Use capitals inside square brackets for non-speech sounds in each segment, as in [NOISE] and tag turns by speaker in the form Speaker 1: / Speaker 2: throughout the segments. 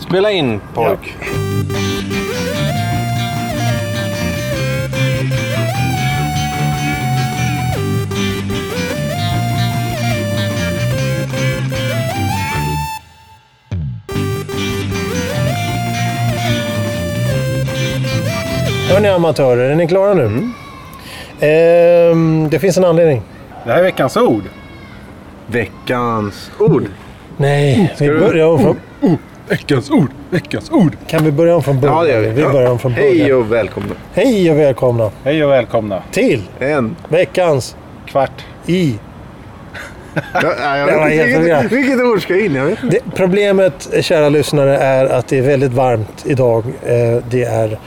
Speaker 1: Spela in pojk.
Speaker 2: Hör ni amatörer, är ni klara nu?
Speaker 1: Mm.
Speaker 2: Ehm, det finns en anledning.
Speaker 3: Det här är veckans ord.
Speaker 1: Veckans ord.
Speaker 2: Nej, vi
Speaker 3: du-
Speaker 2: börjar om från,
Speaker 3: Veckans ord! Veckans ord!
Speaker 2: kan vi börja om från början?
Speaker 1: Ja, det gör vi.
Speaker 2: vi
Speaker 1: Ja.
Speaker 2: börjar om från
Speaker 1: Hej
Speaker 2: början.
Speaker 1: och välkomna.
Speaker 2: Hej och välkomna
Speaker 3: Hej och välkomna.
Speaker 2: till
Speaker 1: En.
Speaker 2: veckans
Speaker 3: Kvart.
Speaker 2: i.
Speaker 1: Ja, ja, jag
Speaker 2: Det var
Speaker 1: vet inte
Speaker 2: helt
Speaker 1: vilket,
Speaker 2: förvirrat.
Speaker 1: vilket ord ska in? Jag vet inte.
Speaker 2: Det, problemet, eh, kära lyssnare, är att det är väldigt varmt idag. Eh, det är...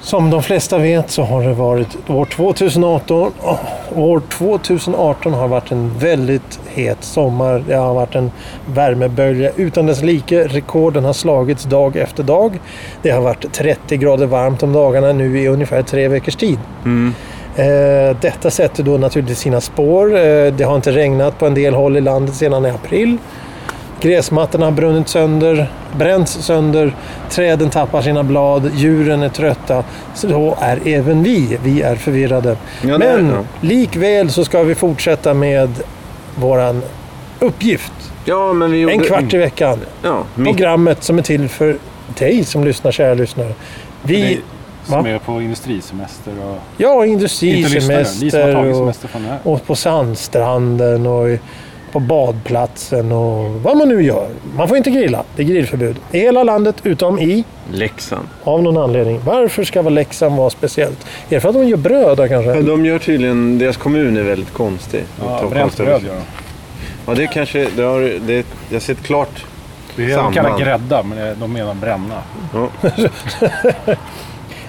Speaker 2: Som de flesta vet så har det varit år 2018. åh, År 2018 har varit en väldigt het sommar. Det har varit en värmebölja utan dess like. Rekorden har slagits dag efter dag. Det har varit 30 grader varmt om dagarna nu i ungefär tre veckors tid. Eh, Detta sätter då naturligtvis sina spår. Eh, Det har inte regnat på en del håll i landet sedan i april. Gräsmattorna har brunnit sönder, bränts sönder, träden tappar sina blad, djuren är trötta. Så är även vi. Vi är förvirrade.
Speaker 1: Ja, det är
Speaker 2: Men
Speaker 1: det.
Speaker 2: likväl så ska vi fortsätta med våran uppgift.
Speaker 1: Ja, men vi gjorde...
Speaker 2: En kvart i veckan.
Speaker 3: Mm.
Speaker 1: Ja, mitt.
Speaker 2: Programmet som är till för dig som lyssnar, kära lyssnare. Vi,
Speaker 3: Ni som
Speaker 2: Va?
Speaker 3: är på industrisemester och...
Speaker 2: ja,
Speaker 3: Inte lyssnare. Ni som har
Speaker 2: industrisemester
Speaker 3: tagit
Speaker 2: och,
Speaker 3: semester från det här.
Speaker 2: och på sandstranden och i- på badplatsen och vad man nu gör. Man får inte grilla. Det är grillförbud. I hela landet utom i
Speaker 1: Leksand.
Speaker 2: Av någon anledning. Varför ska väl Leksand vara speciellt? Är det för att de gör bröd där kanske?
Speaker 1: De gör tydligen... Deras kommun är väldigt konstig. De
Speaker 3: Ja,
Speaker 1: tar
Speaker 3: bränt
Speaker 1: konstiga
Speaker 3: bröd
Speaker 1: beslut.
Speaker 3: gör de.
Speaker 1: Ja, det kanske... Det har, det, jag ser ett klart...
Speaker 3: Det är det de
Speaker 1: Samband.
Speaker 3: kallar grädda, men det- de menar bränna.
Speaker 1: Ja.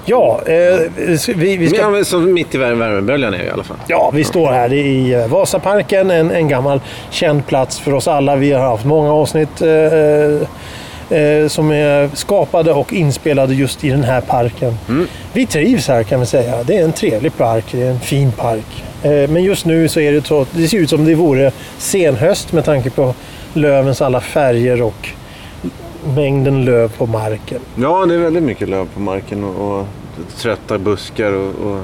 Speaker 2: Ja, eh, vi, vi
Speaker 1: Ja,
Speaker 2: ska...
Speaker 1: men som mitt i vär- värmeböljan är vi i alla fall.
Speaker 2: Ja, vi står här i eh, Vasaparken, en, en gammal känd plats för oss alla. Vi har haft många avsnitt eh, eh, som är skapade och inspelade just i den här parken. Vi trivs här kan vi säga. Det är en trevlig park, det är en fin park. Eh, men just nu så är det, så, det ser ut som det vore senhöst med tanke på lövens alla färger och mängden löv på marken.
Speaker 1: Ja, det är väldigt mycket löv på marken och, och trötta buskar och... och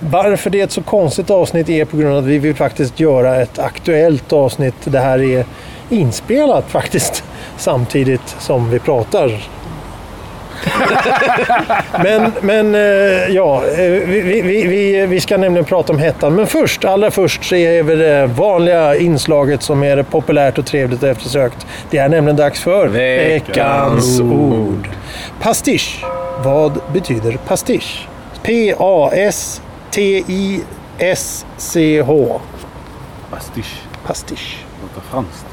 Speaker 2: Varför det är ett så konstigt avsnitt är på grund av att vi vill faktiskt göra ett aktuellt avsnitt. Det här är inspelat faktiskt [LAUGHS] samtidigt som vi pratar. [LAUGHS] men men eh, ja, eh, vi, vi- vi, vi, vi ska nämligen prata om hettan. Men först, allra först så är väl det vanliga inslaget som är det populärt och trevligt och eftersökt. Det är nämligen dags för
Speaker 1: Veckans ord.
Speaker 2: Pastisch. Vad betyder pastisch? P-A-S-T-I-S-C-H.
Speaker 3: Pastisch.
Speaker 2: Pastisch.
Speaker 3: Låter franskt.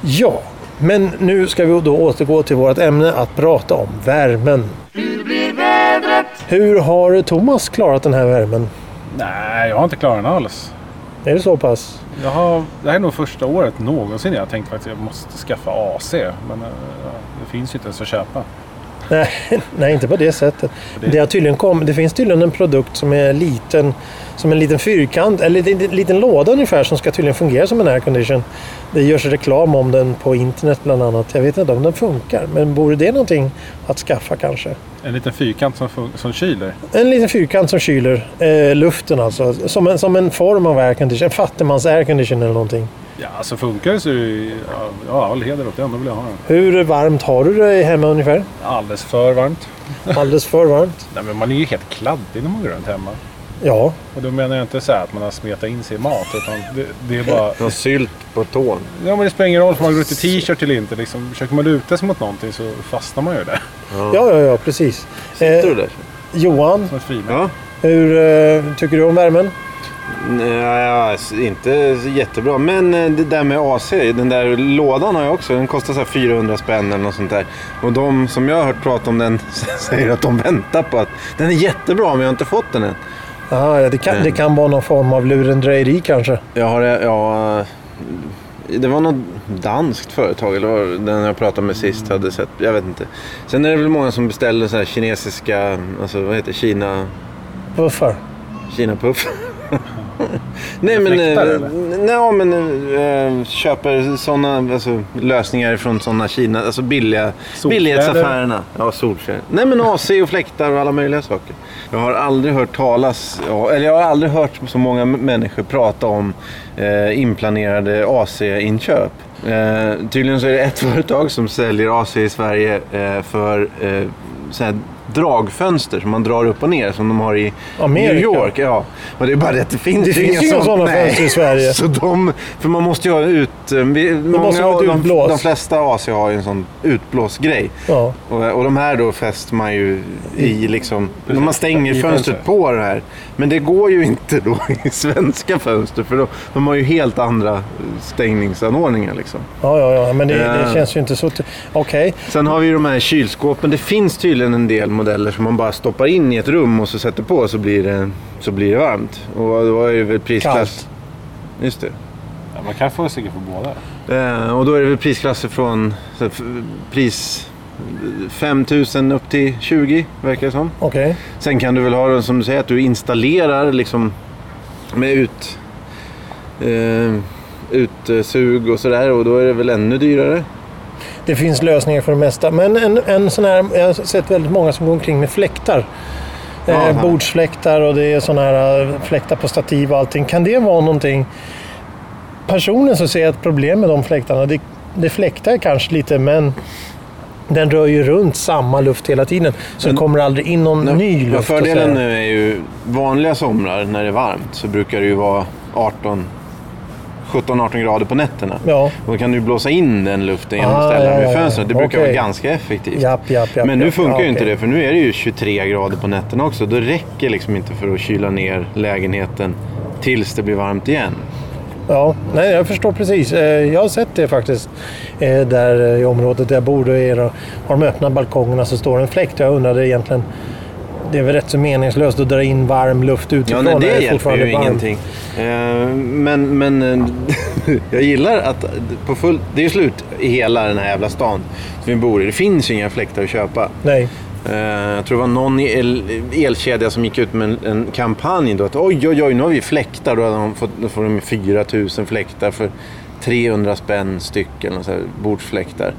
Speaker 2: Ja, men nu ska vi då återgå till vårt ämne att prata om värmen. Hur har Thomas klarat den här värmen?
Speaker 3: Nej, jag har inte klarat den alls.
Speaker 2: Är det så pass?
Speaker 3: Jag har, det här är nog första året någonsin jag har tänkt faktiskt att jag måste skaffa AC. Men eh, ja, det finns ju inte ens att köpa.
Speaker 2: Nej, [LAUGHS] nej, inte på det sättet. Det, har tydligen kom, det finns tydligen en produkt som är liten, som en liten fyrkant, eller en liten- liten låda ungefär, som ska tydligen fungera som en aircondition. Det görs reklam om den på internet bland annat. Jag vet inte om den funkar, men vore det någonting att skaffa kanske?
Speaker 3: En liten fyrkant som, fun- som kyler.
Speaker 2: En liten fyrkant som kyler eh, luften alltså. Som en, som en form av aircondition, en fattigmans aircondition eller någonting.
Speaker 3: Ja, alltså funkar det så är det ju- ja, ja, all heder åt den. Då vill jag ha den.
Speaker 2: Hur varmt har du det hemma ungefär?
Speaker 3: Alldeles för varmt.
Speaker 2: Alldeles för varmt?
Speaker 3: Nej, men man är ju helt kladdig när man går runt hemma.
Speaker 2: Ja,
Speaker 3: Och då menar jag inte så här att man har smetat in sig i mat. Utan det, det är bara...
Speaker 1: någon sylt på tån.
Speaker 3: Ja, men det spelar ingen roll om man går ut i t-shirt eller inte. Liksom, försöker man luta sig mot någonting så fastnar man ju där. [LAUGHS]
Speaker 2: ja, ja, ja precis. Eh,
Speaker 1: Sitter du där?
Speaker 2: Johan,
Speaker 3: Som ett frimärke.
Speaker 1: Eh, Ja. Mm,
Speaker 2: hur eh, tycker du om värmen?
Speaker 1: eh, Nej, inte jättebra. Men eh, det där med AC, den där lådan har jag också. Den kostar så här 400 spänn eller något sånt där. Och de som jag har hört prata om den [LAUGHS] säger att de väntar på att den är jättebra men jag har inte fått den än.
Speaker 2: Aha, ja, det, kan, det kan vara någon form av lurendrejeri kanske.
Speaker 1: Jag har, eh, ja, det var något danskt företag, eller vad den jag pratade med sist hade sett. Jag vet inte. Sen är det väl många som beställer så här kinesiska, alltså vad heter det? Kina,
Speaker 2: Buffar.
Speaker 1: Kina puff. [LAUGHS] Nej men,
Speaker 3: Fläktar,
Speaker 1: eh,
Speaker 3: eller?
Speaker 1: nej, men eh, köper såna alltså, lösningar från såna Kina, alltså billiga,
Speaker 3: Solfjäder.
Speaker 1: billighetsaffärerna. Ja, solfjäder. Nej men AC och fläktar och alla möjliga saker. Jag har aldrig hört talas, ja, eller jag har aldrig hört så många m- människor prata om eh, inplanerade AC-inköp. Eh, tydligen så är det ett [LAUGHS] företag som säljer AC i Sverige eh, för eh, så här dragfönster som man drar upp och ner som de har i
Speaker 2: Amerika.
Speaker 1: New York. Ja. Och det är bara det att det finns
Speaker 2: Det finns ju inga sådana
Speaker 1: nej.
Speaker 2: fönster i
Speaker 1: [LAUGHS]
Speaker 2: Sverige.
Speaker 1: Så de, för man måste ju ha ut... eh, Vi,
Speaker 2: måste vara ett
Speaker 1: de,
Speaker 2: utblås.
Speaker 1: de flesta AC har ju en sån utblåsgrej.
Speaker 2: Ja.
Speaker 1: Och, och de här då fäster man ju i liksom... När man stänger
Speaker 3: I
Speaker 1: fönstret
Speaker 3: fönstret.
Speaker 1: på det här. Men det går ju inte då i [LAUGHS] svenska fönster för de, de har ju helt andra stängningsanordningar liksom.
Speaker 2: Ja, ja, ja, men det,
Speaker 1: Eh.
Speaker 2: det känns ju inte så... t- Okej.
Speaker 1: Sen har vi ju de här kylskåpen. Det finns tydligen en del modeller som man bara stoppar in i ett rum och så sätter på så blir det, så blir det varmt. Och då är det väl prisklass...
Speaker 2: Kallt.
Speaker 1: Just det.
Speaker 3: Ja, man kan få säkert på båda.
Speaker 1: Eh, och då är det väl prisklasser från så, här, f- pris 5 000 upp till 20 verkar det som.
Speaker 2: Okej.
Speaker 1: Sen kan du väl ha den som du säger att du installerar liksom med ut, eh, utsug och sådär och då är det väl ännu dyrare.
Speaker 2: Det finns lösningar för det mesta. Men en, en sån här, jag har sett väldigt många som går omkring med fläktar.
Speaker 1: Jaha.
Speaker 2: Eh, bordsfläktar och det är såna här eh, fläktar på stativ och allting. Kan det vara någonting? Personen så ser jag ett problem med de fläktarna. Det, det fläktar kanske lite men den rör ju runt samma luft hela tiden. Så det kommer aldrig in någon ny luft. så att säga.
Speaker 1: fördelen nu är ju vanliga somrar när det är varmt så brukar det ju vara 18 17-18 grader på nätterna.
Speaker 2: Ja.
Speaker 1: Och då kan du blåsa in den luften genom att
Speaker 2: Ah,
Speaker 1: ställa den
Speaker 2: ja,
Speaker 1: vid
Speaker 2: ja, ja.
Speaker 1: fönstret. Det brukar
Speaker 2: Okej.
Speaker 1: vara ganska effektivt.
Speaker 2: Japp, japp, japp,
Speaker 1: Men nu
Speaker 2: japp.
Speaker 1: funkar
Speaker 2: Ja,
Speaker 1: ju inte
Speaker 2: okej.
Speaker 1: det för nu är det ju 23 grader på nätterna också. Då räcker liksom inte för att kyla ner lägenheten tills det blir varmt igen.
Speaker 2: Ja, nej, jag förstår precis. Eh, Jag har sett det faktiskt. eh, Där eh, i området där jag bor, då är det, har de öppna balkongerna så står det en fläkt. Jag undrade egentligen, det är väl rätt så meningslöst att dra in varm luft
Speaker 1: Ja,
Speaker 2: utifrån.
Speaker 1: nej,
Speaker 2: när
Speaker 1: det
Speaker 2: är
Speaker 1: hjälper
Speaker 2: fortfarande
Speaker 1: ju
Speaker 2: varmt.
Speaker 1: ingenting. Eh, Men, men eh, [LAUGHS] jag gillar att eh, på full, det är slut i hela den här jävla stan som vi bor i. Det finns ju inga fläktar att köpa.
Speaker 2: Nej,
Speaker 1: Eh, Jag tror det var någon i el- elkedja som gick ut med en, en kampanj då. Att oj, oj, oj, nu har vi fläktar. Då, hade de fått, då får de 4 000 fläktar för 300 spänn stycken. och Så här, bordsfläktar.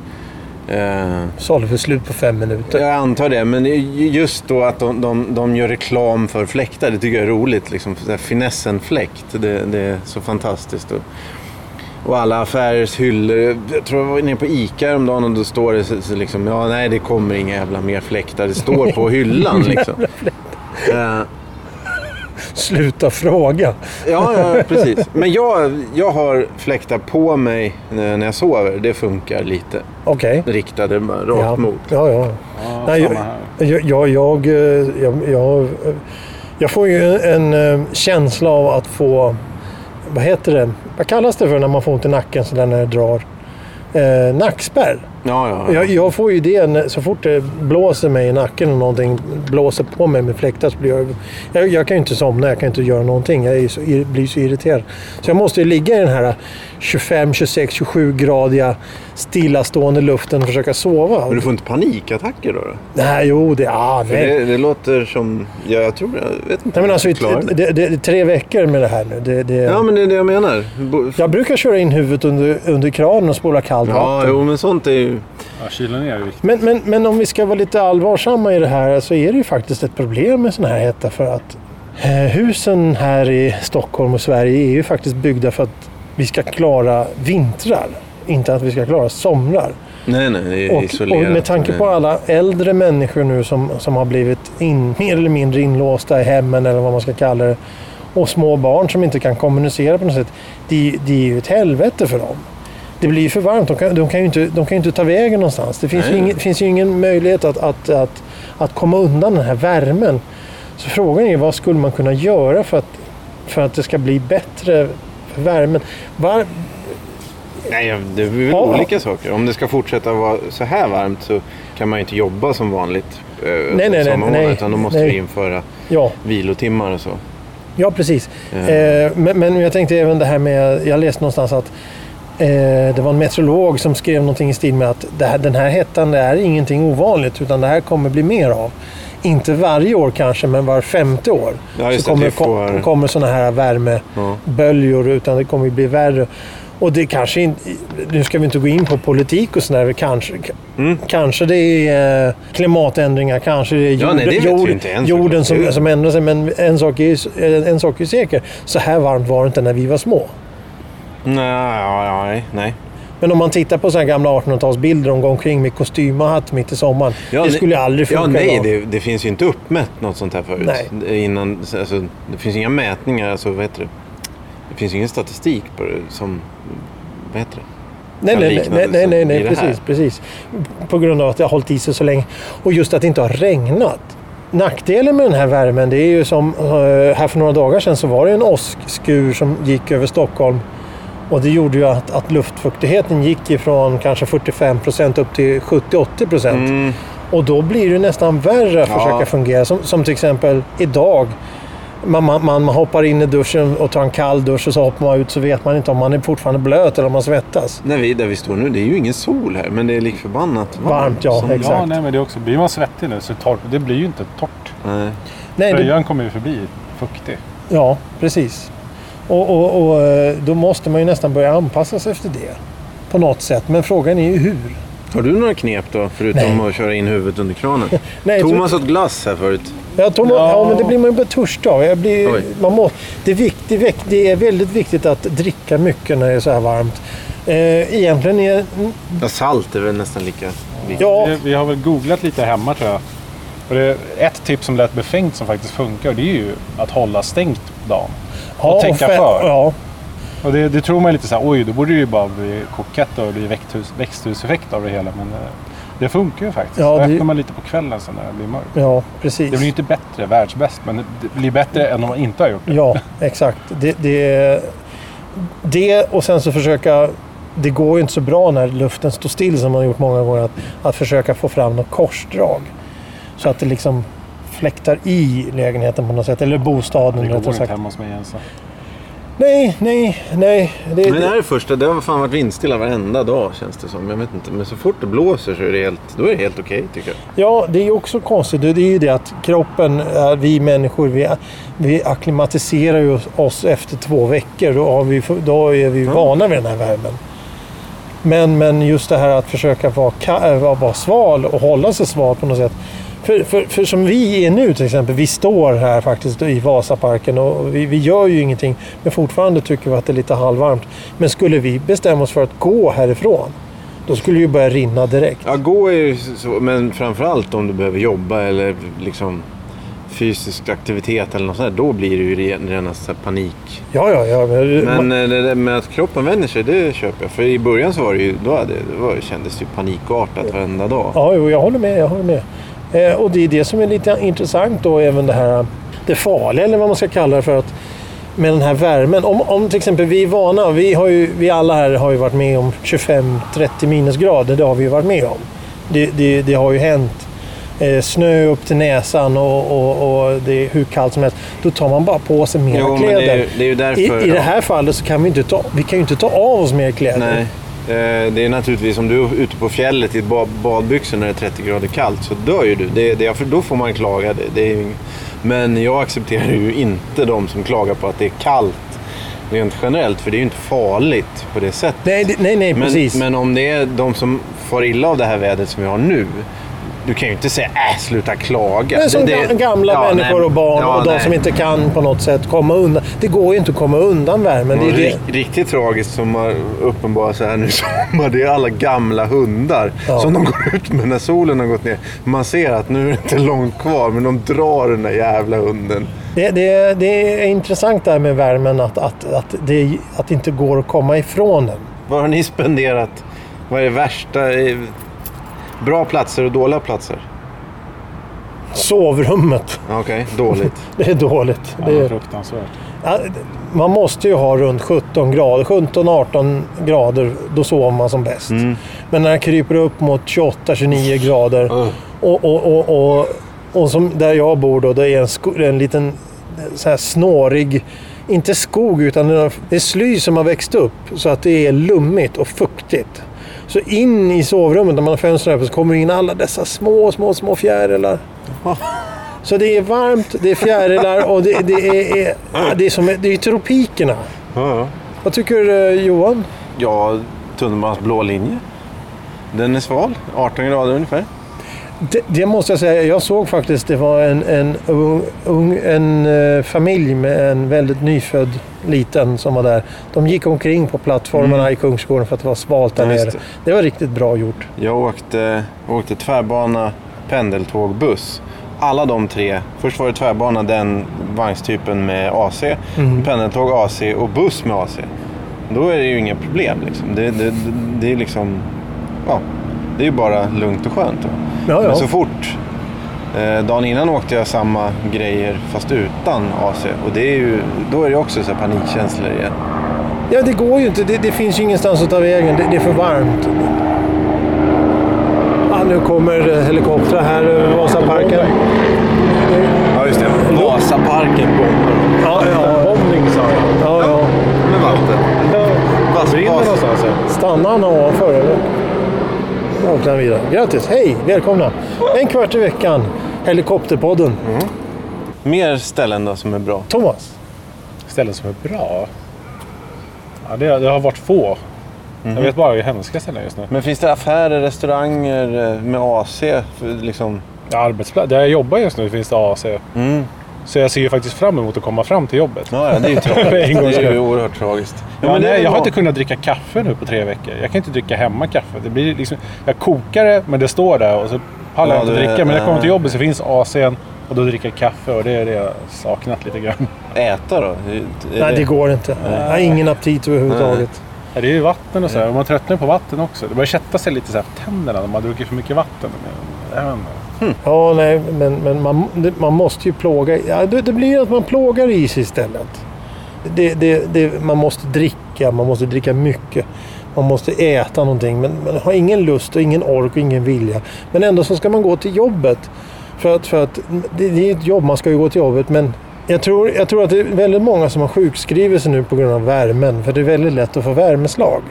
Speaker 1: Eh,
Speaker 2: sålde för slut på fem minuter. [LAUGHS]
Speaker 1: jag antar det, men ju- just då att de, de, de gör reklam för fläktar, det tycker jag är roligt. Liksom, så här, finessen fläkt, det, det är så fantastiskt. Och, och alla affärers hyllor. Jag tror jag var nere på ICA häromdagen och då står det så, så liksom, ja nej det kommer inga jävla mer fläktar. Det står på hyllan liksom. Eh,
Speaker 2: Sluta fråga.
Speaker 1: Ja, ja, ja, precis. Men jag, jag har fläktar på mig när när jag sover. Det funkar lite.
Speaker 2: Okej.
Speaker 1: Riktade bara rakt
Speaker 2: ja.
Speaker 1: mot.
Speaker 2: Ja, ja.
Speaker 3: Ja,
Speaker 2: Nej,
Speaker 3: samma
Speaker 2: jag-
Speaker 3: här.
Speaker 2: Jag, jag, jag, eh, jag, jag, jag får ju en eh, känsla av att få, vad heter det, vad kallas det för när man får ont i nacken sådär när det drar? Eh, nackspärr.
Speaker 1: Ja, ja, ja.
Speaker 2: Jag, jag får ju det när- så fort det blåser mig i nacken och någonting blåser på mig med fläktar så blir jag, jag, jag kan ju inte somna, jag kan inte göra någonting. Jag är ju så, ir- blir så irriterad. Så jag måste ju ligga i den här 25, 26, 27 gradiga stillastående luften och försöka sova.
Speaker 1: Men du får inte panikattacker då? då?
Speaker 2: Nej, jo, det... Ah, nej.
Speaker 1: Det, det låter som... Ja, jag tror Jag vet inte.
Speaker 2: Nej, men alltså,
Speaker 1: Jag klarar
Speaker 2: det, det, det, tre veckor med det här nu. Det, det,
Speaker 1: Ja, men det är det jag menar. Bo-
Speaker 2: Jag brukar köra in huvudet under, under kranen och spola kallt
Speaker 1: Ja,
Speaker 2: vatten.
Speaker 1: jo, men sånt är ju...
Speaker 3: Ja, kylen är ju viktig.
Speaker 2: Men, men, men om vi ska vara lite allvarsamma i det här så är det ju faktiskt ett problem med sån här hetta för att eh, husen här i Stockholm och Sverige är ju faktiskt byggda för att vi ska klara vintrar. Inte att vi ska klara somrar.
Speaker 1: Nej, nej, det är
Speaker 2: Och, och
Speaker 1: isolerat.
Speaker 2: med tanke på
Speaker 1: Nej.
Speaker 2: alla äldre människor nu som, som har blivit in, [LAUGHS] mer eller mindre inlåsta i hemmen eller vad man ska kalla det. Och små barn som inte kan kommunicera på något sätt. Det, det är ju ett helvete för dem. Det blir ju för varmt. De kan, de kan, ju, inte, de kan ju inte ta vägen någonstans. Det finns, ju
Speaker 1: Nej.
Speaker 2: ingen, finns ju ingen möjlighet att, att, att, att komma undan den här värmen. Så frågan är vad skulle man kunna göra för att, för att det ska bli bättre för värmen? Var,
Speaker 1: Nej, det är väl
Speaker 2: Ja.
Speaker 1: olika saker. Om det ska fortsätta vara så här varmt så kan man ju inte jobba som vanligt. Nej,
Speaker 2: nej, nej, nej,
Speaker 1: Utan då måste
Speaker 2: nej.
Speaker 1: vi införa
Speaker 2: ja.
Speaker 1: vilotimmar och så.
Speaker 2: Ja, precis.
Speaker 1: Ja.
Speaker 2: Eh, men, men jag tänkte även det här med, jag läste någonstans att Eh, det var en meteorolog som skrev någonting i stil med att det här, den här hettan det är ingenting ovanligt utan det här kommer bli mer av. Inte varje år kanske, men var femte år
Speaker 1: Ja, just
Speaker 2: så
Speaker 1: det,
Speaker 2: kommer,
Speaker 1: vi får-
Speaker 2: kom, kommer sådana här
Speaker 1: Ja.
Speaker 2: värmeböljor utan det kommer bli värre. Och det kanske inte, nu ska vi inte gå in på politik och sådär. Kanske,
Speaker 1: Mm.
Speaker 2: kanske det är eh, klimatändringar, kanske det är
Speaker 1: Ja, nej, det vet vi ju inte än,
Speaker 2: jorden
Speaker 1: såklart. Det är-
Speaker 2: som, som ändrar sig. Men en sak, är, ju s- en- en sak är ju säker, så här varmt var det inte när vi var små.
Speaker 1: Nej, ja, nej, nej.
Speaker 2: Men om man tittar på sådana gamla 1800-talsbilder och går omkring med kostym och hatt mitt i sommaren.
Speaker 1: Ja,
Speaker 2: det
Speaker 1: nej-
Speaker 2: skulle ju aldrig funka
Speaker 1: Ja, nej,
Speaker 2: idag.
Speaker 1: det, det finns ju inte uppmätt något sånt här förut.
Speaker 2: Nej.
Speaker 1: Det är Innan, alltså, det finns inga mätningar, alltså, vad heter det? Det finns ju ingen statistik på det som... Vad heter det?
Speaker 2: Nej,
Speaker 1: kan
Speaker 2: nej,
Speaker 1: likna
Speaker 2: nej,
Speaker 1: det
Speaker 2: nej,
Speaker 1: som
Speaker 2: nej,
Speaker 1: i
Speaker 2: nej
Speaker 1: det
Speaker 2: precis,
Speaker 1: här.
Speaker 2: precis. På grund av att det har hållit i sig så länge. Och just att det inte har regnat. Nackdelen med den här värmen det är ju som eh, här för några dagar sedan så var det en åskskur som gick över Stockholm. Och det gjorde ju att, att luftfuktigheten gick ifrån kanske 45 procent upp till 70-80 procent.
Speaker 1: Mm,
Speaker 2: Och då blir det nästan värre att
Speaker 1: Ja.
Speaker 2: försöka fungera. Som, som till exempel idag. Man, man, man hoppar in i duschen och tar en kall dusch och så hoppar man ut så vet man inte om man är fortfarande blöt eller om man svettas.
Speaker 1: när vi, där vi står nu, det är ju ingen sol här, men det är lik förbannat varmt.
Speaker 2: Varmt, ja,
Speaker 1: som-
Speaker 2: exakt.
Speaker 3: Ja, nej, men det är också, blir man svettig nu så torrt, det blir ju inte torrt.
Speaker 1: Nej.
Speaker 2: Nej, det,
Speaker 3: Tröjan kommer ju förbi fuktig.
Speaker 2: ja, precis. Och, och, och eh, då måste man ju nästan börja anpassa sig efter det. På något sätt. Men frågan är ju hur.
Speaker 1: Har du några knep då, förutom
Speaker 2: Nej.
Speaker 1: att köra in huvudet under kranen?
Speaker 2: [LAUGHS] Nej, jag tror-
Speaker 1: Thomas åt glass här förut.
Speaker 2: Jag tror man, ja.
Speaker 3: Ja.
Speaker 2: men det blir man ju bara törstig av. Jag blir,
Speaker 1: Oj.
Speaker 2: man må, det, är vikt, det, är vikt, det är väldigt viktigt att dricka mycket när det är så här varmt. Eh, egentligen är...
Speaker 1: Ja, salt är väl nästan lika viktigt.
Speaker 2: Ja,
Speaker 3: Vi, vi har väl googlat lite hemma tror jag. Och det är ett tips som lät befängt som faktiskt funkar och det är ju att hålla stängt på dagen.
Speaker 2: ja,
Speaker 3: Och tänka
Speaker 2: fe-
Speaker 3: för.
Speaker 2: Ja,
Speaker 3: Och det, det tror man ju lite så här, oj, då borde det ju bara bli kokett och bli växthus, växthuseffekt av det hela. Men eh, det funkar ju faktiskt.
Speaker 2: Ja,
Speaker 3: Då
Speaker 2: det-
Speaker 3: öppnar man lite på kvällen sen när det blir mörkt.
Speaker 2: ja precis.
Speaker 3: Det blir ju inte bättre, världsbäst, men det blir bättre än om man inte har gjort det.
Speaker 2: Ja, exakt. Det, det, det och sen så försöka... Det går ju inte så bra när luften står still som man har gjort många gånger. Att, att försöka få fram något korsdrag. Så att det liksom fläktar i lägenheten på något sätt. Eller bostaden
Speaker 3: Det går
Speaker 2: rättare
Speaker 3: inte
Speaker 2: sagt.
Speaker 3: hemma hos mig ens.
Speaker 2: Nej, nej, nej. Det,
Speaker 1: Men det här är första, det har fan varit vindstilla varenda dag känns det som. Jag vet inte, men så fort det blåser så är det helt, då är det helt okej tycker jag.
Speaker 2: Ja, det är ju också konstigt. Det är ju det att kroppen, eh, vi människor, vi, vi akklimatiserar ju oss efter två veckor. Då, har vi, då är vi ju
Speaker 1: Ja.
Speaker 2: vana vid den här värmen. Men, men just det här att försöka vara, ka- äh, vara, vara sval och hålla sig sval på något sätt. För, för, för som vi är nu till exempel, vi står här faktiskt i Vasaparken och vi, vi gör ju ingenting. Men fortfarande tycker vi att det är lite halvvarmt. Men skulle vi bestämma oss för att gå härifrån, då skulle det ju börja rinna direkt.
Speaker 1: Ja, gå är ju så, men framförallt om du behöver jobba eller liksom fysisk aktivitet eller något sånt där, då blir det ju re- rena så här panik.
Speaker 2: Ja, ja, ja. Men,
Speaker 1: Men eh, det där med att kroppen vänjer sig, det köper jag. För i början så var det ju, då hade, det var, kändes det ju panikartat varenda dag.
Speaker 2: Ja, jo, jag håller med. Jag håller med. Eh, och det är det som är lite intressant då, även det här det farliga, eller vad man ska kalla det för, att med den här värmen. Om, om till exempel vi är vana, vi, har ju, vi alla här har ju varit med om 25-30 minusgrader, det har vi ju varit med om. Det, det, det har ju hänt. Eh, snö upp till näsan och, och, och det är hur kallt som helst. Då tar man bara på sig mer
Speaker 1: Jo, men det
Speaker 2: kläder.
Speaker 1: är, ju- det är ju därför...
Speaker 2: I, I det
Speaker 1: ja.
Speaker 2: här fallet så kan vi, inte ta, vi kan ju inte ta av oss mer kläder.
Speaker 1: Nej. Eh, Det är naturligtvis om du är ute på fjället i ba- badbyxor när det är 30 grader kallt så dör ju du. Det, det, för då får man klaga. Det, det är ju, ing- men jag accepterar ju inte de som klagar på att det är kallt rent generellt. För det är ju inte farligt på det sättet.
Speaker 2: Nej, det- nej, nej,
Speaker 1: Men,
Speaker 2: precis.
Speaker 1: men om det är de som får illa av det här vädret som vi har nu. Du kan ju inte säga äh, sluta klaga.
Speaker 2: Men som
Speaker 1: Det- det-
Speaker 2: ga- gamla
Speaker 1: ja,
Speaker 2: människor
Speaker 1: nej.
Speaker 2: och barn
Speaker 1: Ja,
Speaker 2: och de
Speaker 1: nej.
Speaker 2: som inte kan på något sätt komma undan. Det går ju inte att komma undan värmen. Det är det.
Speaker 1: Rik- Riktigt tragiskt som har uppenbarat sig här nu i [LAUGHS] sommar, det är alla gamla hundar
Speaker 2: Ja.
Speaker 1: som de [LAUGHS] går ut med när solen har gått ner. Man ser att nu är det inte långt kvar, men de drar den där jävla hunden.
Speaker 2: Det, det, det är intressant det här med värmen, att, att, att, det, att det inte går att komma ifrån den.
Speaker 1: Vad har ni spenderat? Vad är det värsta? eh, Bra platser och dåliga platser?
Speaker 2: Sovrummet, [LAUGHS]
Speaker 1: Ja, Okej, dåligt.
Speaker 2: det är dåligt.
Speaker 3: Ja,
Speaker 2: Det är,
Speaker 3: fruktansvärt.
Speaker 2: ja, man måste ju ha runt 17 grader, 17-18 grader, då sover man som bäst. Men när det kryper upp mot 28-29 grader
Speaker 1: Ugh.
Speaker 2: Och, och, och, och, och som där jag bor då, det är en, sko- en liten eh, så här snårig inte skog, utan den har- det är sly som har växt upp så att det är lummigt och fuktigt. Så in i sovrummet, när man har fönstren öppna, så kommer det in alla dessa små, små, små fjärilar. Så det är varmt, det är fjärilar och det, det, är, är, det, är, som, det är tropikerna.
Speaker 1: Ja, ja.
Speaker 2: Vad tycker eh, Johan?
Speaker 1: Ja, Tunnelbanans blå linje. Den är sval, 18 grader ungefär.
Speaker 2: Det, det måste jag säga, jag såg faktiskt det var en, en, ung, ung, en eh, familj med en väldigt nyfödd liten som var där. De gick omkring på plattformarna i Kungsgården för att det var svalt där
Speaker 1: Ja, just
Speaker 2: nere.
Speaker 1: det.
Speaker 2: Mm. Det var riktigt bra gjort.
Speaker 1: Jag åkte, åkte tvärbana, pendeltåg, buss. Alla de tre. Först var det tvärbana, den vagnstypen med AC.
Speaker 2: Mm.
Speaker 1: Pendeltåg, AC och buss med AC. Då är det ju inga problem. Liksom. Det, det, det är liksom... Ja, det är ju bara lugnt och skönt. va.
Speaker 2: Ja, ja.
Speaker 1: Men så fort... Eh, dagen innan åkte jag samma grejer fast utan AC. Och det är ju, då är det också så här panikkänslor igen.
Speaker 2: ja, det går ju inte. Det, det finns ju ingenstans att ta vägen. Det, det är för varmt. Ah, nu kommer eh, helikoptrar här över Vasaparken.
Speaker 1: Ja, just det. Vasaparken bombar.
Speaker 2: Ja, ja,
Speaker 3: Bombning sa jag.
Speaker 2: ja, ja.
Speaker 1: Med vatten.
Speaker 3: Brinner
Speaker 1: Vas-
Speaker 3: någonstans här.
Speaker 2: Stannar han ovanför eller? Då åkte han vidare. Grattis! Hej! Välkomna! En kvart i veckan. Helikopterpodden.
Speaker 1: Mer ställen då som är bra?
Speaker 2: Thomas.
Speaker 3: Ställen som är bra? Ja, det, det har varit få. Jag vet bara hemska ställen just nu.
Speaker 1: Men finns det affärer, restauranger eh, med AC? för Liksom?
Speaker 3: Ja, Arbetsplats, där jag jobbar just nu finns det AC. Mm. Så jag ser ju faktiskt fram emot att komma fram till jobbet.
Speaker 1: Ja, ja, det är [LAUGHS] ju tragiskt.
Speaker 3: För en gångs
Speaker 1: det är
Speaker 3: skull.
Speaker 1: ju oerhört tragiskt. men
Speaker 3: Ja,
Speaker 1: det är
Speaker 3: nej,
Speaker 1: väl
Speaker 3: jag har
Speaker 1: bra.
Speaker 3: inte kunnat dricka kaffe nu på tre veckor. Jag kan inte dricka hemma kaffe. Det blir liksom, jag kokar det, men det står där och så pallar
Speaker 1: Ja,
Speaker 3: jag inte
Speaker 1: det-
Speaker 3: dricka. Men när jag kommer till
Speaker 1: nej.
Speaker 3: jobbet så finns AC'n och då dricker jag kaffe och det är det jag saknat lite grann.
Speaker 1: Äta då? Är
Speaker 2: Nej, det går inte. Jag har ingen aptit överhuvudtaget.
Speaker 3: Ja, det är ju vatten och så här. Och man tröttnar på vatten också. Det börjar kätta sig lite så här på tänderna när man dricker för mycket vatten. Men, jag vet inte.
Speaker 2: Ja, nej, men, men man, det- man måste ju plåga. Ja, det, det blir att man plågar is istället. Det, det, det, man måste dricka, man måste dricka mycket. Man måste äta någonting, men man har ingen lust och ingen ork och ingen vilja. Men ändå så ska man gå till jobbet. För att, för att det, det är ett jobb, man ska ju gå till jobbet, men jag tror, jag tror att det är väldigt många som har sjukskrivit sig nu på grund av värmen. För det är väldigt lätt att få värmeslag.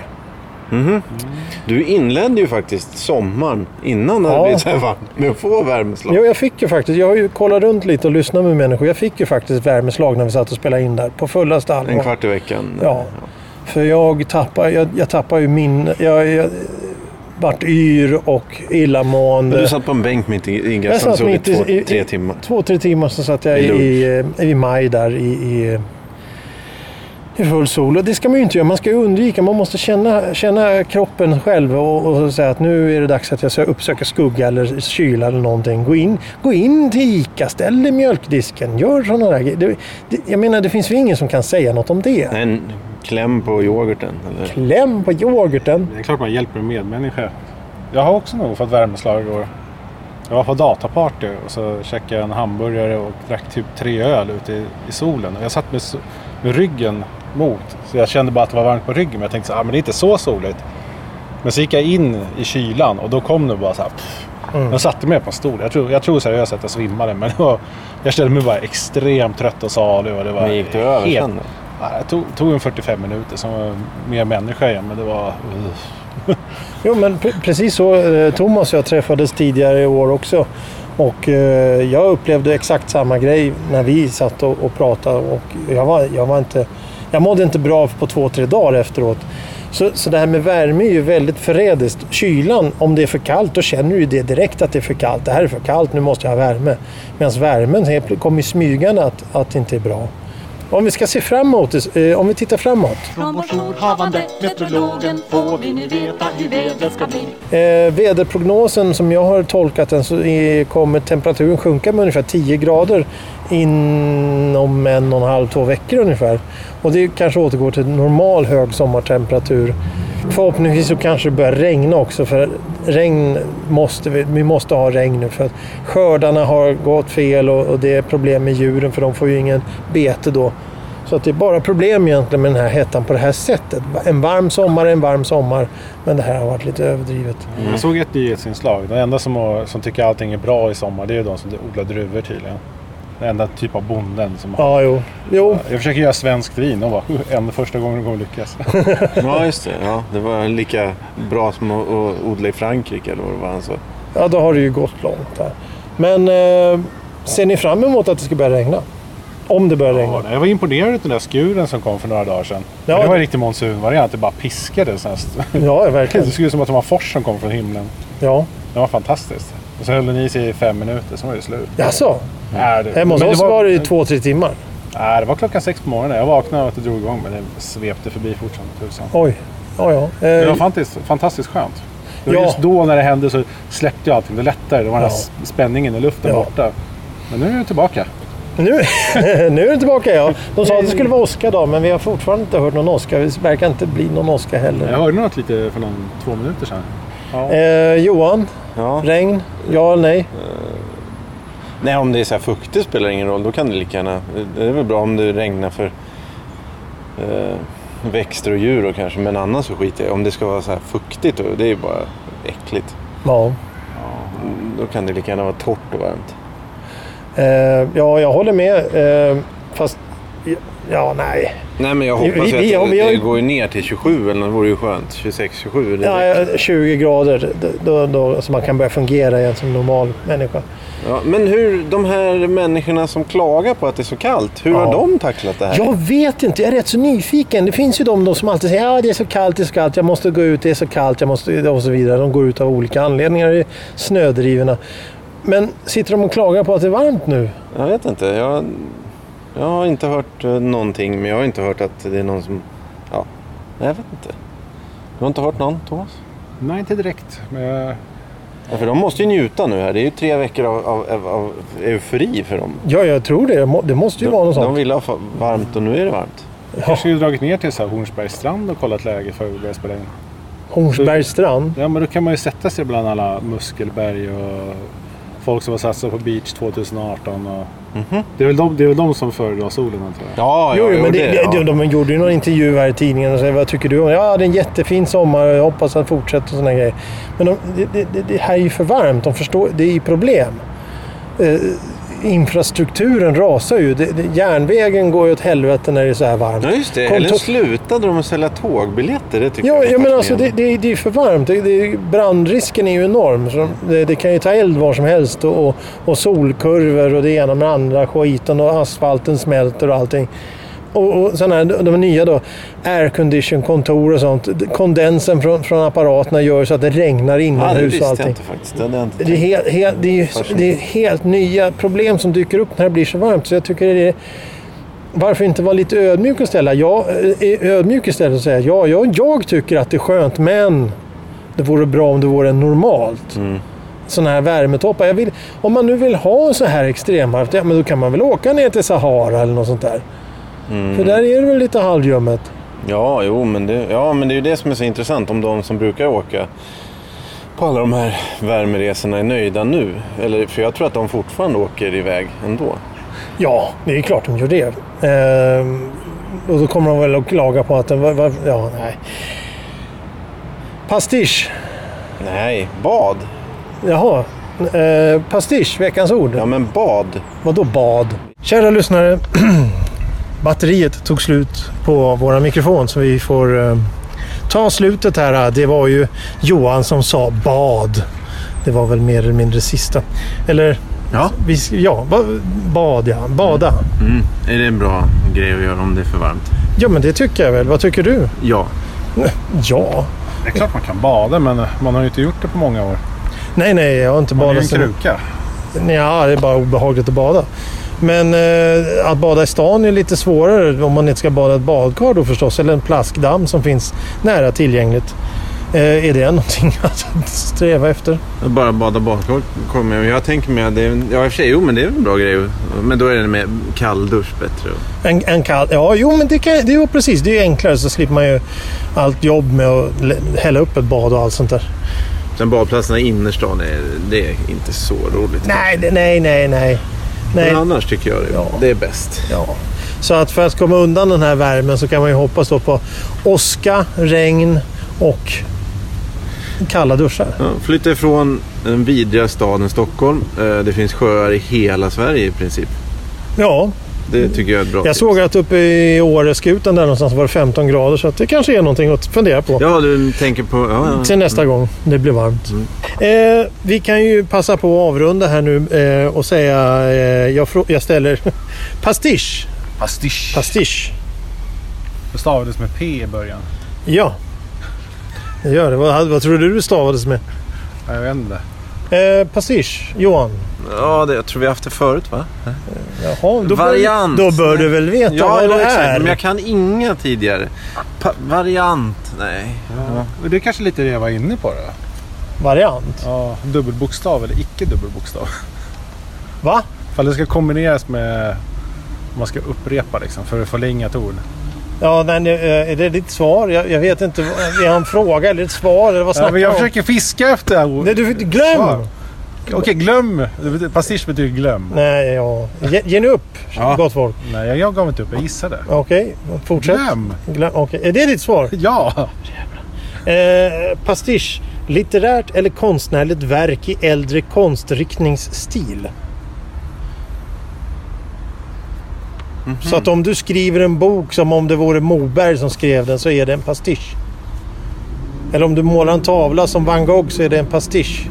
Speaker 1: Du inledde ju faktiskt sommaren innan det hade
Speaker 2: Ja.
Speaker 1: blivit så här varmt med att få värmeslag.
Speaker 2: Jo, jag fick ju faktiskt. Jag har ju kollat runt lite och lyssnat med människor. Jag fick ju faktiskt värmeslag när vi satt och spelade in där på fullaste allvar.
Speaker 1: En kvart i veckan.
Speaker 2: Ja. För jag tappar, jag, jag tappar ju min... Jag, jag vart yr och illamående.
Speaker 1: Men Du satt på en bänk mitt i, i
Speaker 2: Jag
Speaker 1: gräset och
Speaker 2: satt
Speaker 1: sov i
Speaker 2: mitt i-
Speaker 1: två,
Speaker 2: i-
Speaker 1: tre timmar.
Speaker 2: Två, tre timmar så satt jag
Speaker 1: I
Speaker 2: i, i, eh, i maj där i, i, i full sol. Och det ska man ju inte göra. Man ska ju undvika. Man måste känna, känna kroppen själv och, och säga att nu är det dags att jag ska uppsöka skugga eller kyla eller någonting. Gå in, gå in till ICA, ställ dig i mjölkdisken, gör sådana där grejer. Det, det, jag menar, det finns ju ingen som kan säga något om det.
Speaker 1: Nej, En kläm på yoghurten. Eller?
Speaker 2: Kläm på yoghurten.
Speaker 3: Det är klart man hjälper en medmänniska. Jag har också nog fått värmeslag i år. Jag var på dataparty och så käkade jag en hamburgare och drack typ tre öl ute i, i solen. Och jag satt med, so- med ryggen mot. Så jag kände bara att det var varmt på ryggen. Men jag tänkte så här, ah, men det är inte så soligt. Men så gick jag in i kylan och då kom det bara så här. Pff.
Speaker 1: Mm.
Speaker 3: Jag satte mig på en stol. Jag tror, jag tror seriöst att jag svimmade. Men det var, jag kände mig bara extremt trött och salig. Och det var
Speaker 1: Men gick det över
Speaker 3: helt-
Speaker 1: sen då?
Speaker 3: Ja, Jag tog, tog en 45 minuter som var mer människa igen. Men det var... Uh.
Speaker 2: Jo, men pre- precis så. eh, Thomas och jag träffades tidigare i år också. Och eh, jag upplevde exakt samma grej när vi satt och, och pratade. Och jag, var, jag, var inte, jag mådde inte bra på två, tre dagar efteråt. Så, så det här med värme är ju väldigt förrädiskt. Kylan, om det är för kallt, då känner du ju det direkt att det är för kallt. Det här är för kallt, nu måste jag ha värme. Medan värmen helt plötsligt kommer i smygande att, att det inte är bra. Om vi ska se framåt, eh, om vi tittar framåt.
Speaker 4: Från vår jourhavande meteorologen får vi nu veta hur vädret ska bli.
Speaker 2: Eh, väderprognosen som jag har tolkat den så är, kommer temperaturen sjunka med ungefär 10 grader inom en och en halv, två veckor ungefär. Och det kanske återgår till normal hög sommartemperatur. Förhoppningsvis så kanske det börjar regna också för regn måste vi, vi måste ha regn nu för att skördarna har gått fel och, och det är problem med djuren för de får ju ingen bete då. Så att det är bara problem egentligen med den här hettan på det här sättet. En varm sommar, en varm sommar. Men det här har varit lite överdrivet.
Speaker 3: Jag såg ett nyhetsinslag. De enda som, har, som tycker allting är bra i sommar det är ju de som odlar druvor tydligen. Den enda typ av bonden som har.
Speaker 2: Ja, jo. jo.
Speaker 3: Jag försöker göra svenskt vin och bara, en första gången det kommer [LAUGHS] lyckas.
Speaker 1: Ja, just det. Ja, det var lika bra som att att odla i Frankrike eller vad det var han sa.
Speaker 2: Ja, då har det ju gått långt där. Men eh, ser ni fram emot att det ska börja regna? Om det börjar regna?
Speaker 3: Jag var imponerad av den där skuren som kom för några dagar sedan.
Speaker 2: Ja,
Speaker 3: det var
Speaker 2: det-
Speaker 3: en riktig monsunvariant, det bara piskade. Så här- [LAUGHS]
Speaker 2: Ja,
Speaker 3: Det
Speaker 2: verkligen.
Speaker 3: såg ut som att det var en fors som kom från himlen.
Speaker 2: Ja.
Speaker 3: Det var fantastiskt. Och så höll den i sig i fem minuter, sen var det slut.
Speaker 2: Jaså?
Speaker 3: Nej, det,
Speaker 2: Hemma hos
Speaker 3: men
Speaker 2: oss var det ju två, tre timmar.
Speaker 3: Nej, det var klockan sex på morgonen. Jag vaknade av att det drog igång, men det svepte förbi fort som tusan.
Speaker 2: Oj. Ja, ja.
Speaker 3: Det var
Speaker 2: Eh,
Speaker 3: fantastiskt, fantastiskt skönt. Det var
Speaker 2: Ja.
Speaker 3: Just då när det hände så släppte jag allting. Det lättade. Det var den här
Speaker 2: Ja.
Speaker 3: s- spänningen i luften
Speaker 2: Ja.
Speaker 3: borta. Men nu är jag tillbaka.
Speaker 2: nu, nu [LAUGHS] är den tillbaka ja. De sa att det skulle vara åska idag, men vi har fortfarande inte hört någon åska. Det verkar inte bli någon åska
Speaker 3: Jag
Speaker 2: heller.
Speaker 3: hörde något lite för någon två minuter sedan.
Speaker 2: Eh, Johan,
Speaker 1: Ja.
Speaker 2: regn? Ja eller nej?
Speaker 1: Nej, om det är så här fuktigt spelar det ingen roll. Då kan det lika gärna... Det är väl bra om det regnar för eh, växter och djur och kanske. Men annars så skiter jag i. Om det ska vara så här fuktigt, då, det är ju bara äckligt.
Speaker 2: Ja.
Speaker 1: Då kan det lika gärna vara torrt och varmt.
Speaker 2: Eh, ja, jag håller med. Eh, fast... Ja, nej.
Speaker 1: Nej, men jag
Speaker 2: Vi-
Speaker 1: hoppas
Speaker 2: vi-
Speaker 1: att
Speaker 2: vi-
Speaker 1: det,
Speaker 2: vi har ju-
Speaker 1: det går ju ner till 27 eller något. Det vore ju skönt. 26, 27. Det
Speaker 2: Ja, ja, 20 grader, d- då, då, så man kan börja fungera igen som normal människa.
Speaker 1: Ja, men hur, de här människorna som klagar på att det är så kallt, hur
Speaker 2: Ja.
Speaker 1: har de tacklat det här?
Speaker 2: Jag vet inte, jag är rätt så nyfiken. Det finns ju de, de som alltid säger att det är så kallt, det är så kallt, jag måste gå ut, det är så kallt, jag måste... och så vidare. De går ut av olika anledningar i snödrivorna. Men sitter de och klagar på att det är varmt nu?
Speaker 1: Jag vet inte. Jag, jag har inte hört eh, någonting, men jag har inte hört att det är någon som... Ja, nej, jag vet inte. Du har inte hört någon, Thomas?
Speaker 3: Nej, inte direkt. Men jag...
Speaker 1: Ja, för de måste ju njuta nu här. Det är ju tre veckor av, av, av, av eufori för dem.
Speaker 2: Ja, jag tror det. Det må- Det måste ju vara
Speaker 1: De,
Speaker 2: något
Speaker 1: de
Speaker 2: sånt.
Speaker 1: ville ha fa- varmt och nu är det varmt.
Speaker 2: Ja,
Speaker 3: kanske har dragit ner till så här Hornsbergs strand och kollat läget för att börja spela in.
Speaker 2: Hornsbergs strand.
Speaker 3: Ja, men då kan man ju sätta sig bland alla muskelberg och folk som har satsat på beach 2018. Och...
Speaker 2: Mhm.
Speaker 3: Det, är väl de, det är väl de som föredrar solen antar jag.
Speaker 1: Ja,
Speaker 2: Jo, jo, men det, det,
Speaker 1: ja.
Speaker 2: de, de gjorde ju någon intervju här i tidningen och sa vad tycker du om det? Ja, det är en jättefin sommar och jag hoppas att den fortsätter och sådana grejer. Men de, det- det, det, det här är ju för varmt, de förstår, det är ju problem. Eh, infrastrukturen rasar ju. Det, det, järnvägen går ju åt helvete när det är så här varmt.
Speaker 1: Ja, just det.
Speaker 2: Kom
Speaker 1: Eller
Speaker 2: to-
Speaker 1: slutade de att sälja tågbiljetter? Det tycker
Speaker 2: Ja,
Speaker 1: jag
Speaker 2: ja men alltså det,
Speaker 1: fascinerande.
Speaker 2: det, det är för varmt. Det, det, brandrisken är ju enorm. Så de- det, det kan ju ta eld var som helst och, och, och solkurvor och det ena med det andra skiten och asfalten smälter och allting. Och, och sådana här, de nya då, aircondition-kontor och sånt. Kondensen från, från apparaterna gör så att det regnar
Speaker 1: Ja, det
Speaker 2: inomhus
Speaker 1: visste
Speaker 2: och
Speaker 1: jag
Speaker 2: allting.
Speaker 1: inte faktiskt. Det hade jag inte
Speaker 2: Det är,
Speaker 1: tänkt.
Speaker 2: helt, helt, det, är ju, det är helt nya problem som dyker upp när det blir så varmt. Så jag tycker det är... Varför inte vara lite ödmjuk och ställa? Jag är ödmjuk istället och säga ja, jag, jag tycker att det är skönt, men det vore bra om det vore normalt. Mm. Sådana här värmetoppar. Jag vill, om man nu vill ha en så här extremvarmt, ja, men då kan man väl åka ner till Sahara eller något sånt där. För där är det väl lite halvljummet.
Speaker 1: Ja, jo, men det, ja, men det är ju det som är så intressant om de som brukar åka på alla de här värmeresorna är nöjda nu. Eller, för jag tror att de fortfarande åker iväg ändå.
Speaker 2: Ja, det är klart de gör det. Ehm, och då kommer de väl att klaga på att den var, var, Ja, nej. Pastisch.
Speaker 1: Nej, bad.
Speaker 2: Jaha. Eh, pastisch, veckans ord.
Speaker 1: Ja, men bad.
Speaker 2: Vadå bad? Kära lyssnare. [CLEARS THROAT] Batteriet tog slut på våra mikrofon så vi får eh, ta slutet här. Det var ju Johan som sa bad. Det var väl mer eller mindre sista. Eller?
Speaker 1: Ja. Mm.
Speaker 2: Vi, ja, ba- bad ja. Bada.
Speaker 1: Är det en bra grej att göra om det är för varmt?
Speaker 2: Ja, men det tycker jag väl. Vad tycker du?
Speaker 1: Ja.
Speaker 2: Ja.
Speaker 3: Det är klart man kan bada, men man har ju inte gjort det på många år.
Speaker 2: Nej, nej, jag har inte
Speaker 3: Man är ju en
Speaker 2: badat. sen-
Speaker 3: kruka.
Speaker 2: Nja, det är bara obehagligt att bada. Men eh, att bada i stan är lite svårare om man inte ska bada i ett badkar då förstås. Eller en plaskdamm som finns nära tillgängligt. Eh, är det någonting [LAUGHS] att sträva efter?
Speaker 1: Bara bada badkar kommer jag. Jag tänker mig att det är... Ja, i och för sig, jo, men det är en bra grej. Men då är det med kall dusch bättre.
Speaker 2: En, en kall... Ja, jo, men det, kan, det är ju precis. Det är ju enklare så slipper man ju allt jobb med att lä- hälla upp ett bad och allt sånt där.
Speaker 1: Sen badplatserna i innerstan, är, det är inte så roligt.
Speaker 2: Nej, det- nej, nej, nej. nej.
Speaker 1: Men annars tycker jag det,
Speaker 2: Ja.
Speaker 1: det är bäst.
Speaker 2: Ja. Så att för att komma undan den här värmen så kan man ju hoppas då på åska, regn och kalla duschar.
Speaker 1: Ja, flytta ifrån den vidriga staden Stockholm. Eh, Det finns sjöar i hela Sverige i princip.
Speaker 2: Ja,
Speaker 1: Det tycker jag är ett bra
Speaker 2: jag
Speaker 1: tips.
Speaker 2: såg att uppe i Åreskutan där någonstans var det 15 grader så att det kanske är någonting att fundera på.
Speaker 1: Ja, du tänker på... Ja, ja.
Speaker 2: Till nästa gång det blir varmt. Eh, vi kan ju passa på att avrunda här nu eh, och säga, eh, jag, frå- jag ställer [LAUGHS] pastisch.
Speaker 1: Pastisch.
Speaker 2: Pastisch.
Speaker 3: Det stavades med P i början.
Speaker 2: Ja. Det gör det. Vad, vad tror du det stavades med?
Speaker 3: Ja, Jag vet inte.
Speaker 2: Eh, pastisch, Johan.
Speaker 1: Ja, det, jag tror vi har haft det förut va?
Speaker 2: Jaha, då
Speaker 1: Variant.
Speaker 2: Bör, då bör du väl veta vad
Speaker 1: jo,
Speaker 2: det
Speaker 1: exakt.
Speaker 2: är?
Speaker 1: Men jag kan inga tidigare. Pa- variant. Nej.
Speaker 3: Och Det är kanske lite det jag var inne på då.
Speaker 2: Variant.
Speaker 3: Ja, dubbelbokstav eller icke dubbelbokstav.
Speaker 2: Va?
Speaker 3: Ifall det ska kombineras med... Man ska upprepa liksom för att förlänga ett ord.
Speaker 2: Ja, nej, nej, eh, är det ditt svar? Jag, jag vet inte. vad- Är han en fråga eller ett svar? Eller vad
Speaker 3: Ja,
Speaker 2: snackar
Speaker 3: men
Speaker 2: du
Speaker 3: jag
Speaker 2: om?
Speaker 3: försöker fiska efter ord.
Speaker 2: Nej, du, glöm!
Speaker 3: Svar. Okej, glöm. Pastisch betyder glöm.
Speaker 2: Nej, ja. Ge, ge nu upp,
Speaker 1: Ja.
Speaker 2: gott folk.
Speaker 3: Nej, jag- jag gav inte upp. Jag gissade.
Speaker 2: Okej, fortsätt.
Speaker 3: Glöm.
Speaker 2: Glöm. Okej, Är det ditt svar?
Speaker 3: Ja!
Speaker 2: Eh, pastisch. Litterärt eller konstnärligt verk i äldre konstriktningsstil.
Speaker 3: Mhm.
Speaker 2: Så att om du skriver en bok som om det vore Moberg som skrev den så är det en pastisch. Eller om du målar en tavla som van Gogh så är det en pastisch.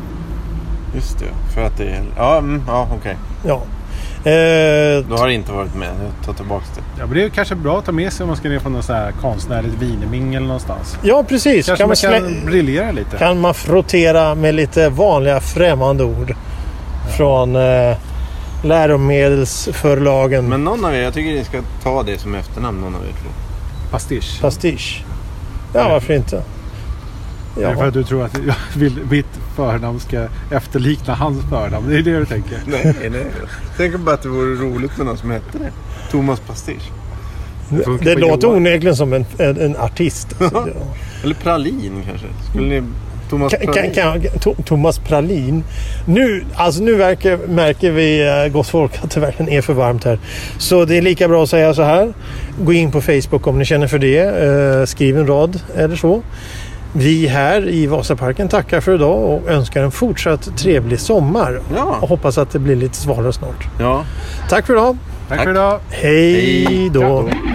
Speaker 1: Just det, för att det är... Ja, mm, ja okej.
Speaker 2: Ja. Eh,
Speaker 1: Du har inte varit med. Jag tar tillbaka det.
Speaker 3: Ja, men det är kanske bra att ta med sig om man ska ner på någon sån här konstnärligt vinmingel någonstans.
Speaker 2: ja, precis.
Speaker 3: Kanske
Speaker 2: Kan
Speaker 3: man
Speaker 2: man,
Speaker 3: kan
Speaker 2: slä-
Speaker 3: briljera lite.
Speaker 2: kan man frottera med lite vanliga främmande ord från eh, läromedelsförlagen.
Speaker 1: Men någon av er, jag tycker ni ska ta det som efternamn. Någon av er två.
Speaker 3: Pastisch.
Speaker 2: Pastisch. Ja, varför inte?
Speaker 3: Det är för
Speaker 2: Ja.
Speaker 3: att du tror att jag vill, mitt förnamn ska efterlikna hans förnamn. Det är det du tänker.
Speaker 1: Nej, nej. Tänk bara att det vore roligt med någon som hette det. Thomas Pastisch.
Speaker 3: funkar
Speaker 2: Det
Speaker 3: på
Speaker 2: låter
Speaker 3: Johan.
Speaker 2: onekligen som en, en, en
Speaker 3: [LAUGHS]
Speaker 2: artist. Alltså,
Speaker 1: Eller Pralin kanske. Skulle ni... Thomas
Speaker 2: ja. kan,
Speaker 1: Pralin.
Speaker 2: kan, kan, To- Thomas Pralin. Nu, alltså nu verkar, märker vi, eh, gott folk, att det verkligen är för varmt här. Så det är lika bra att säga så här. Gå in på Facebook om ni känner för det. Eh, skriv en rad eller så. Vi här i Vasaparken tackar för idag och önskar en fortsatt trevlig sommar. Och
Speaker 1: Ja.
Speaker 2: hoppas att det blir lite svalare snart.
Speaker 1: ja.
Speaker 2: Tack för idag.
Speaker 3: Tack för idag.
Speaker 2: Hej
Speaker 1: Hej.
Speaker 2: då.
Speaker 3: Tack.